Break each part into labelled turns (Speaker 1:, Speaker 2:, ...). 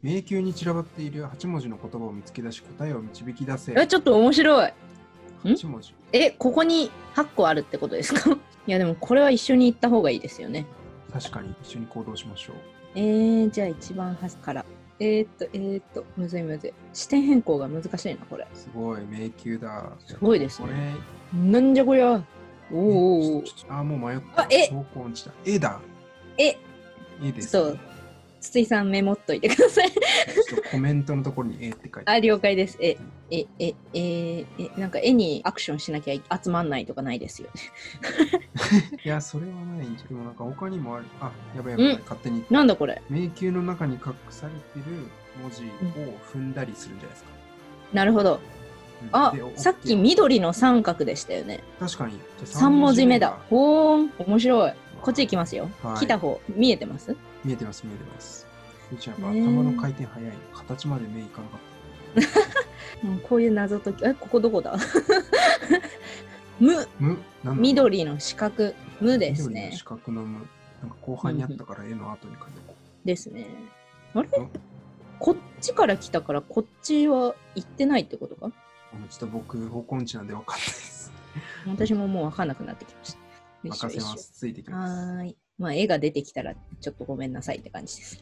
Speaker 1: 迷宮に散らばっている8文字の言葉を見つけ出し答えを導き出せ。
Speaker 2: え、ちょっと面白い。ん
Speaker 1: 8文字。
Speaker 2: え、ここに8個あるってことですか いや、でもこれは一緒に行った方がいいですよね。
Speaker 1: 確かに一緒に行動しましょう。
Speaker 2: えー、じゃあ一番端から。えー、っと、えー、っと、むずいむずい。視点変更が難しいな、これ。
Speaker 1: すごい、迷宮だ。
Speaker 2: すごいです
Speaker 1: これ
Speaker 2: ね。、なんじゃこりゃ。おーおー
Speaker 1: ちょ
Speaker 2: おー
Speaker 1: ちょちょあー、もう迷った。
Speaker 2: あえ
Speaker 1: 方向音痴だ。絵だ。
Speaker 2: え、
Speaker 1: 絵です、
Speaker 2: ちょっと、筒井さんメモっといてください。
Speaker 1: ちょっとコメントのところに絵って書いて
Speaker 2: あ、了解です。え、え、え、えー、え、なんか絵にアクションしなきゃ集まんないとかないですよね。
Speaker 1: いや、それはないんじゃ。でもなんか他にもある。あ、やばいやばい
Speaker 2: うん。
Speaker 1: 勝手に。
Speaker 2: なんだこれ。
Speaker 1: 迷宮の中に隠されてる文字を踏んだりするんじゃないですか。
Speaker 2: なるほど。
Speaker 1: うん
Speaker 2: あ
Speaker 1: でお、
Speaker 2: さっき緑の三角でしたよね。
Speaker 1: 確かに。じゃあ
Speaker 2: 3文字目だ。
Speaker 1: 三文
Speaker 2: ほーん、面白い。こっち行き
Speaker 1: ま
Speaker 2: ますよ。
Speaker 1: はい
Speaker 2: 来た方、見えてます
Speaker 1: す。見えてます、見えてます。ゆうちゃんやっぱ
Speaker 2: ねえ
Speaker 1: 頭の回転早い。形まで目いかなかっ
Speaker 2: うんこういう謎解き、え、ここどこだ 無、
Speaker 1: た。むなんだ
Speaker 2: 緑の四角、無です
Speaker 1: 緑の
Speaker 2: ね
Speaker 1: 四。角のむ。なんか後半にあったから絵の後に書いておこ
Speaker 2: ですね。あれ
Speaker 1: うん
Speaker 2: こっちから来たから、こっちは行ってないってことか
Speaker 1: う。もうちょっと僕、方向音痴なんで分かんないです。
Speaker 2: 私ももう分かんなくなってきました。よいしょ
Speaker 1: 任せま。す。ついてき
Speaker 2: よいしょ
Speaker 1: ま
Speaker 2: は
Speaker 1: す。
Speaker 2: ーい。まあ、絵が出てきたら、ちょっとごめんなさいって感 じです。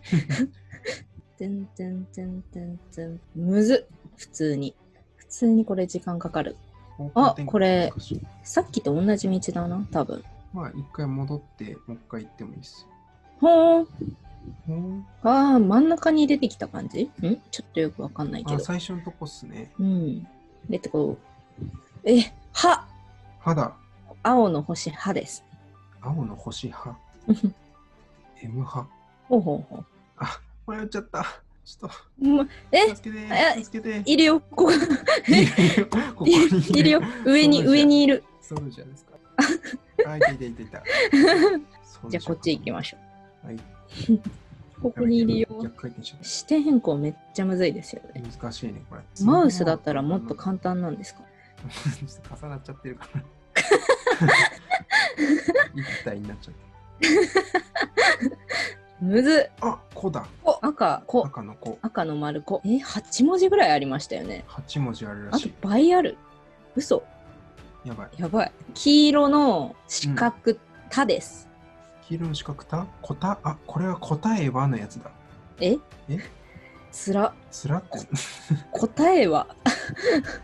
Speaker 2: てんてんてんてんてん。むずっ普通に。普通にこれ時間かかる。
Speaker 1: 方向転換
Speaker 2: あこれ
Speaker 1: 難しい
Speaker 2: さっきと同じ道だな、多分。
Speaker 1: まあ、一回戻って、もう一回行ってもいいです。
Speaker 2: ほーん。
Speaker 1: ほん
Speaker 2: あー、真ん中に出てきた感じんちょっとよくわかんないけ
Speaker 1: あ、
Speaker 2: ど。
Speaker 1: 最初のとこっすね。
Speaker 2: うん。で、ってこう。え、歯
Speaker 1: 肌、
Speaker 2: 青の星、歯です。
Speaker 1: 青の星 派、M 派。
Speaker 2: ほうほうほ
Speaker 1: あ、迷っちゃった。ちょっ
Speaker 2: う。ま、
Speaker 1: と、
Speaker 2: え、
Speaker 1: 助けて
Speaker 2: え、
Speaker 1: 助けて。
Speaker 2: いるよ、ここ。
Speaker 1: いるよ、ここに
Speaker 2: いるよ、上に、上。にいる。
Speaker 1: ソルジャーですか。あ、いたいたいたいた。
Speaker 2: じゃあこっち行きま
Speaker 1: し
Speaker 2: しょ
Speaker 1: ょう。はい、
Speaker 2: う。ここにいるよ。
Speaker 1: 逆回転しちゃっ
Speaker 2: 視点変更めっちゃむずいですよね。
Speaker 1: た。難しいね、これ。
Speaker 2: マウスだったらもっと簡単なんですか
Speaker 1: ちょっと重なっちゃってる から。一体になっちゃっ。
Speaker 2: むずった
Speaker 1: あ、子だ。
Speaker 2: こ赤、こ
Speaker 1: 赤の子。
Speaker 2: 赤の丸こ。え、8文字ぐらいありましたよね。
Speaker 1: 八文字あるら
Speaker 2: あ
Speaker 1: し
Speaker 2: と
Speaker 1: い。
Speaker 2: 倍ある。嘘。
Speaker 1: やばい。
Speaker 2: やばい。黄色の四角、たです。
Speaker 1: 黄色の四角たこたあこれは答えはのやつだ
Speaker 2: え
Speaker 1: え
Speaker 2: つら。
Speaker 1: つらっ こ
Speaker 2: 答えは。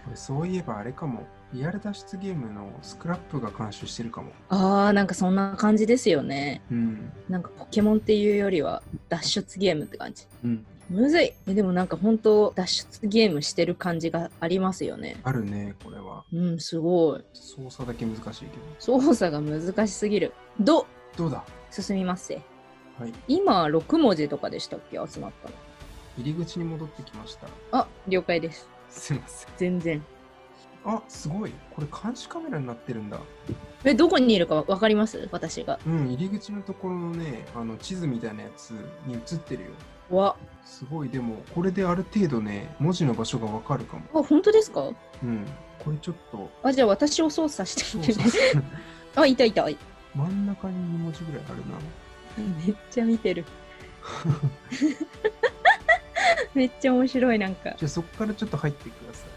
Speaker 1: れそういえばあれかもリアル脱出ゲームのスクラップが監修してるかも
Speaker 2: あー、なんかそんな感じですよね。
Speaker 1: うん
Speaker 2: なんかポケモンっていうよりは脱出ゲームって感じ。
Speaker 1: うん
Speaker 2: むずい。えでもなんか本当脱出ゲームしてる感じがありますよね。
Speaker 1: あるねこれは
Speaker 2: うん、すごい。
Speaker 1: 操作だけ難しいけど
Speaker 2: 操作が難しすぎる。ど、
Speaker 1: どうだ
Speaker 2: 進みますせ。
Speaker 1: はい
Speaker 2: 今、6文字とかでしたっけ集まったの。
Speaker 1: 入り口に戻ってきました
Speaker 2: あ、了解です。
Speaker 1: すいません
Speaker 2: 全然。
Speaker 1: あすごいこれ監視カメラになってるんだ
Speaker 2: え、どこにいるかわかります私が。
Speaker 1: うん入り口のところのねあの地図みたいなやつに映ってるよ
Speaker 2: わ、
Speaker 1: すごいでもこれである程度ね文字の場所がわかるかも
Speaker 2: あ、本当ですか
Speaker 1: うんこれちょっと
Speaker 2: あ、じゃあ私を操作して
Speaker 1: 操
Speaker 2: みてね。
Speaker 1: 作
Speaker 2: あ、いたいた。い
Speaker 1: 真ん中に2文字ぐらいあるな。
Speaker 2: めっちゃ見てる。 めっちゃ面白い、なんか。
Speaker 1: じゃあそこからちょっと入ってください。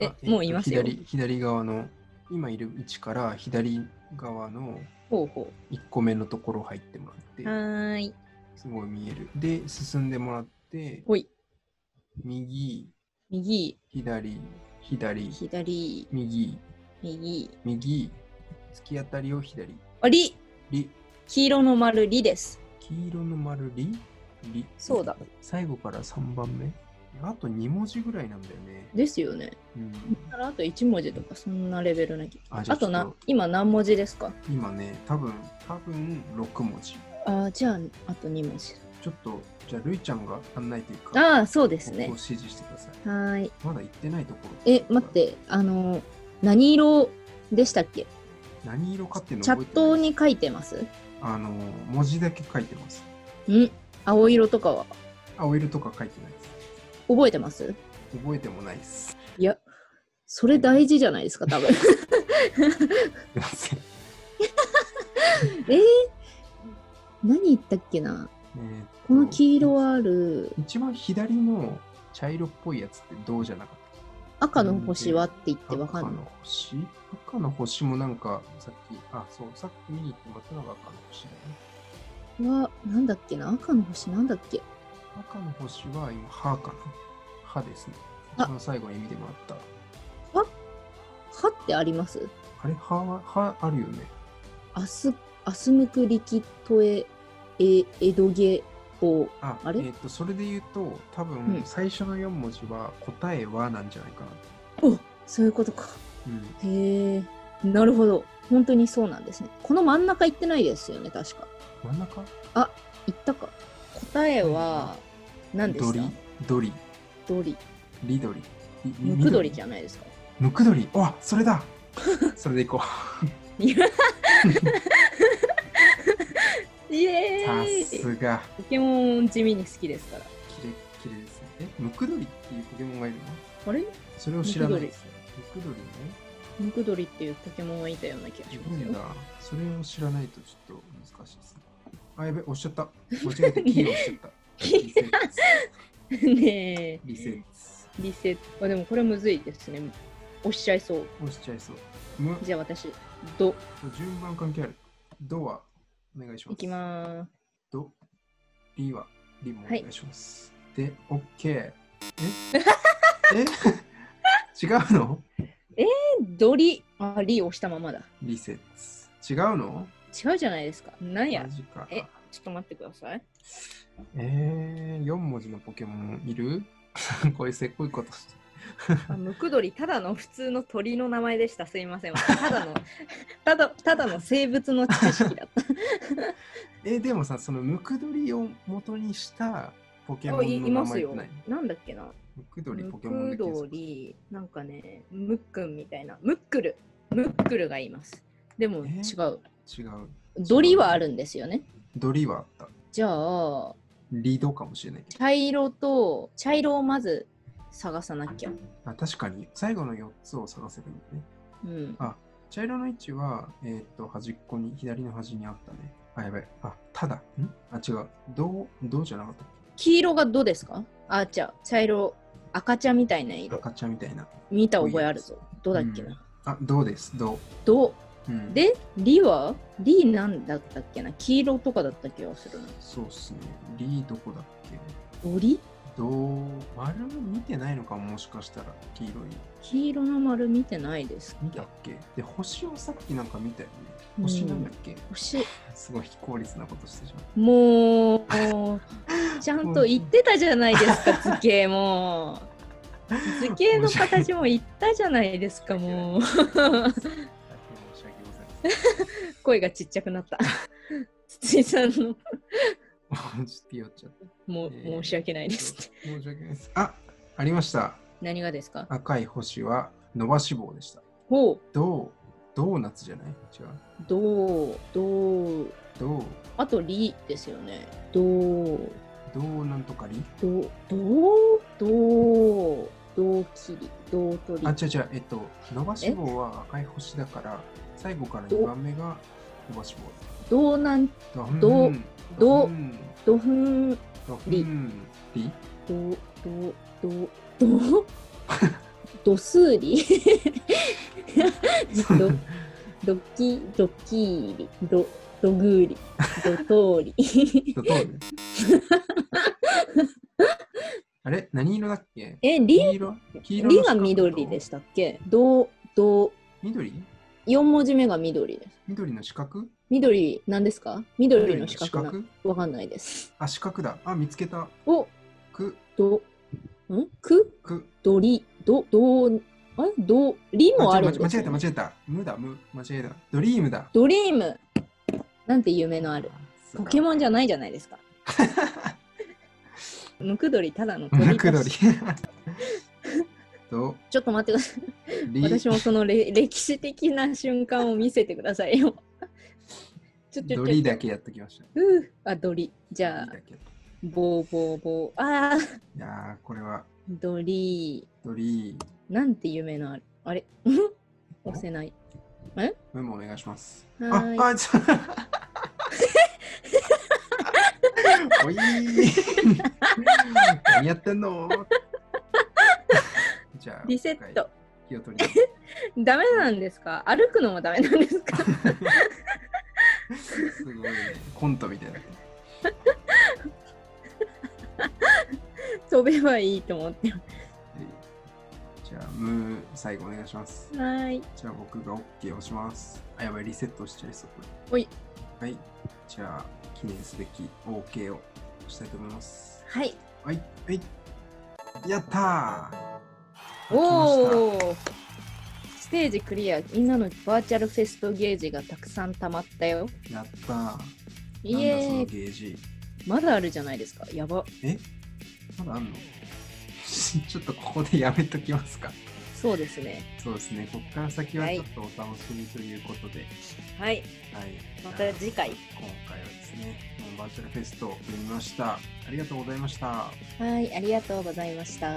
Speaker 2: え
Speaker 1: あ
Speaker 2: もういますよ
Speaker 1: 左左側の、今いる位置から左側の
Speaker 2: ほうほ
Speaker 1: 1個目のところ入っても
Speaker 2: う。は
Speaker 1: らって、
Speaker 2: ーい。
Speaker 1: すごい見える。で、進んでもらって、
Speaker 2: ほい。
Speaker 1: 右、
Speaker 2: 右、
Speaker 1: 左、左、
Speaker 2: 左、
Speaker 1: 右、
Speaker 2: 右。
Speaker 1: 右、突き当たりを左、
Speaker 2: あ、り
Speaker 1: り、
Speaker 2: 黄色の丸、りです。
Speaker 1: 黄色の丸、り、り。
Speaker 2: そうだ。
Speaker 1: 最後から3番目。あと2文字ぐらいなんだよね。
Speaker 2: ですよね。
Speaker 1: うん、
Speaker 2: だからあと1文字とかそんなレベルなきゃ
Speaker 1: あ
Speaker 2: あ
Speaker 1: じゃあ
Speaker 2: と
Speaker 1: ちょっ
Speaker 2: な
Speaker 1: と
Speaker 2: 今何文字ですか
Speaker 1: 今ね、多分、多分6文字。
Speaker 2: あじゃああと2文字
Speaker 1: ちょっと、じゃあ、るいちゃんが案内というか、
Speaker 2: ああそうで
Speaker 1: です
Speaker 2: ね
Speaker 1: 指示してください。
Speaker 2: はーい
Speaker 1: まだ行ってないところ。
Speaker 2: え待っ。てあのー何色でしたっけ
Speaker 1: 何色かっていうの
Speaker 2: チャッ
Speaker 1: 覚えてない
Speaker 2: トに書いてます
Speaker 1: あの、文字だけ書いてます。
Speaker 2: ん青色とかは
Speaker 1: 青色とか書いてないです。
Speaker 2: 覚えてます
Speaker 1: 覚えてもないです。
Speaker 2: いやそれ大事じゃないですか多分
Speaker 1: すいません。
Speaker 2: えー、何言ったっけな
Speaker 1: えーっと
Speaker 2: この黄色はある
Speaker 1: 一番左の茶色っぽいやつってどうじゃなかったっ
Speaker 2: 赤の星はって言って
Speaker 1: け
Speaker 2: わかん
Speaker 1: 赤
Speaker 2: ない。
Speaker 1: の星赤の星もなんかさっき、あ、そう、さっき見に行ってもらったのが赤の星だよね。
Speaker 2: は、なんだっけな赤の星なんだっけ
Speaker 1: 赤の星は今、歯かな歯ですね。
Speaker 2: あ
Speaker 1: 一番最後に見てもらった。
Speaker 2: 歯ってあります
Speaker 1: あれ、歯は、歯あるよね。
Speaker 2: アス、アスムクリキトエ、エ、エドゲボ
Speaker 1: あ
Speaker 2: あれ
Speaker 1: えーっと、それで言うと、多
Speaker 2: う
Speaker 1: 分
Speaker 2: ん
Speaker 1: 最初の4文字は答えはなんじゃないかな。
Speaker 2: おそういうことか。
Speaker 1: うん。
Speaker 2: へえ、なるほど。本当にそうなんですね。この真ん中行ってないですよね、確か。
Speaker 1: 真ん中
Speaker 2: 行ったか。答えは、何で
Speaker 1: ド
Speaker 2: した
Speaker 1: リ、ドリ、
Speaker 2: ドリ。
Speaker 1: リドリ。り
Speaker 2: ムクドリ
Speaker 1: 緑
Speaker 2: じゃないですか。
Speaker 1: ムクドリあそれ だそれでいこ
Speaker 2: いやイ エ
Speaker 1: うさ
Speaker 2: ーイ
Speaker 1: すが
Speaker 2: ポケモン地味に好きですから。
Speaker 1: キレッキレですねえムクドリっていうポケモンがいるの
Speaker 2: あれ
Speaker 1: それを知らないですねムクドリね
Speaker 2: ムクドリっていうポケモンがいたような気がし
Speaker 1: 自
Speaker 2: ます
Speaker 1: 分
Speaker 2: よ
Speaker 1: だ。それを知らないとちょっと難しいですねあやべ押しちゃった間違えてキーを押しちゃった
Speaker 2: キー
Speaker 1: リセッツ
Speaker 2: ねえ。
Speaker 1: リセッツ
Speaker 2: リセット。あ、でもこれむずいですね。押しちゃいそう。
Speaker 1: 押しちゃいそうむ
Speaker 2: じゃあ私、ド、
Speaker 1: 順番関係あるドはお願いします
Speaker 2: いきまーす。
Speaker 1: ドリはリもお願いします。で、オッケー。ええ 違うの
Speaker 2: えドリ、あ、リ押したままだ。
Speaker 1: リセツ。違うの
Speaker 2: 違うじゃないですか。なんや
Speaker 1: マ。ジか。
Speaker 2: えちょっと待ってください。
Speaker 1: えー、4文字のポケモンいる こういうせっこいことして。
Speaker 2: あムクドリ、ただの普通の鳥の名前でした。すいません。ただの、ただ、ただの生物の知識だった。
Speaker 1: え、でもさ、そのムクドリを元にしたポケモ
Speaker 2: あいい
Speaker 1: ンの名
Speaker 2: ま
Speaker 1: 前
Speaker 2: す
Speaker 1: って
Speaker 2: よ
Speaker 1: ない。
Speaker 2: なんだっけな。
Speaker 1: ムクドリ
Speaker 2: ム
Speaker 1: ポケモン
Speaker 2: ク
Speaker 1: で検
Speaker 2: ド
Speaker 1: 索
Speaker 2: リ、なんかね、ムックンみたいな。ムックル、ムックルがいます。でも
Speaker 1: え
Speaker 2: 違う。
Speaker 1: 違う。
Speaker 2: ドリはあるんですよね。
Speaker 1: ドリはあった。
Speaker 2: じゃあ、
Speaker 1: リドかもしれないけど。
Speaker 2: 茶色と、茶色をまず探さなきゃ。
Speaker 1: あ確かに、最後の4つを探せばいいんだね。
Speaker 2: うん。
Speaker 1: あ、茶色の位置は、えーっと、端っこに、左の端にあったね。あ、やばい。あ、ただ。んあ、違う。どう、どうじゃなかったっ
Speaker 2: 黄色がどうですかあ、じゃあ、茶色、赤茶みたいな
Speaker 1: け
Speaker 2: 色。
Speaker 1: 赤茶みたいな。
Speaker 2: 見た覚えあるぞ。どうだっけ
Speaker 1: うん
Speaker 2: な。
Speaker 1: あ、どうです。ど
Speaker 2: どう
Speaker 1: う。うん、、
Speaker 2: で、リはリなんだったっけな黄色とかだった気がするな。
Speaker 1: そうっすね。リーどこだっけ
Speaker 2: ドリ
Speaker 1: どう、丸見てないのかも、もしかしたら、黄色い。
Speaker 2: 黄色の丸見てないです。
Speaker 1: 見たっけで、星をさっきなんか見たよね。星なんだっけ、
Speaker 2: 星、
Speaker 1: すごい非効率なことしてしまっ
Speaker 2: もう、 ちゃんと言ってたじゃないですか、図形も。
Speaker 1: た。
Speaker 2: 図形の
Speaker 1: 申し訳
Speaker 2: 形も言ったじゃないですか、もう。
Speaker 1: 大変申し訳ございません。
Speaker 2: 声がちっちゃくなった。 筒井さんの、
Speaker 1: ちょっと酔っちゃった。
Speaker 2: もう、
Speaker 1: えー
Speaker 2: 申し訳ないですって。
Speaker 1: 申し訳ないです。あ、ありました。
Speaker 2: 何がですか
Speaker 1: 赤い星は伸ばし棒でした。
Speaker 2: ほう、
Speaker 1: ドー、ドーナツじゃない違う。
Speaker 2: どう、どう、
Speaker 1: ドー、
Speaker 2: あとリですよね。どう、
Speaker 1: ドーなんとかり
Speaker 2: ど、どう、どう、どう切り、どう取り。
Speaker 1: あ、違う違う。えっと、伸ばし棒は赤い星だから、最後から
Speaker 2: ど
Speaker 1: 2番目が伸ばし
Speaker 2: どうなん、
Speaker 1: 棒。ドー
Speaker 2: ど
Speaker 1: ン、
Speaker 2: ど
Speaker 1: ドーン、
Speaker 2: どふん、ど、
Speaker 1: ドフ
Speaker 2: り
Speaker 1: ン、り
Speaker 2: ど、ど、ど、どすり ど、どき、どきり、ど、どぐり、ど通り。
Speaker 1: ドトール。あれ何色だっけ
Speaker 2: え、
Speaker 1: 黄
Speaker 2: り、
Speaker 1: 色黄色の
Speaker 2: りが緑で
Speaker 1: た。
Speaker 2: したっけど、ど、
Speaker 1: 緑
Speaker 2: 4文字目が緑です。
Speaker 1: 緑の四角
Speaker 2: 緑、なんですか緑の四角な
Speaker 1: 緑の四角
Speaker 2: わかんないです。
Speaker 1: あ、四角だ。あ、見つけた。
Speaker 2: お、
Speaker 1: く、
Speaker 2: ど、んく
Speaker 1: く。
Speaker 2: ドリ、ド、ドー、あれド、リもあるん
Speaker 1: 間
Speaker 2: です
Speaker 1: 違
Speaker 2: よ
Speaker 1: えた、
Speaker 2: ね、
Speaker 1: 間違えた。無だ、無。間違えた。ドリームだ。
Speaker 2: ドリームなんて夢のある。ポケモンじゃ
Speaker 1: ない。
Speaker 2: ないじゃないです か。ムクドリ、ただの鳥だし
Speaker 1: ムクドリ。 ド
Speaker 2: ちょっと待ってください。
Speaker 1: リ
Speaker 2: 私もそのれ 歴史的な瞬間を見せてくださいよ。ちょちょちょ
Speaker 1: ドリだけやっときました。
Speaker 2: うーあ、ドリ。じゃあ
Speaker 1: ドリ、だけやっと
Speaker 2: ボーボーボー。あー、
Speaker 1: いやー、これは
Speaker 2: ドリ
Speaker 1: ドリー。
Speaker 2: ー。なんて夢のある。あ れ押せない。
Speaker 1: メモお 願いします。
Speaker 2: は
Speaker 1: あ
Speaker 2: ーい、
Speaker 1: あ、ちょ。おい 何やってん のじゃあ
Speaker 2: リセット。
Speaker 1: 気を取り直
Speaker 2: ダメなんですか歩くのもダメなんですか
Speaker 1: すすごいねコントみたいな
Speaker 2: 飛べばいいと思ってま
Speaker 1: じゃあムー最後お願いします
Speaker 2: す。はーい。
Speaker 1: じゃあ僕が OK を押します。あ、やばい、リセットしちゃいそう。こ
Speaker 2: ほい。
Speaker 1: れはい。じゃあ、記念すべき OK を押したいと思います。
Speaker 2: はい。
Speaker 1: はい。はい。やったー
Speaker 2: お
Speaker 1: お
Speaker 2: お。ステージクリア。みんなのバーチャルフェストゲージがたくさん溜まったよ。
Speaker 1: やったーなんだその
Speaker 2: イエーイ。
Speaker 1: ゲージ。
Speaker 2: まだあるじゃないですか。やば。
Speaker 1: えまだあんの ちょっとここでやめときますか。
Speaker 2: そうですね。
Speaker 1: そうですね。ここから先はちょっとお楽しみということで。
Speaker 2: はい。
Speaker 1: はい。
Speaker 2: また次回。
Speaker 1: 今回はですね、バーチャルフェストを見ました。ありがとうございました。
Speaker 2: はい。ありがとうございました。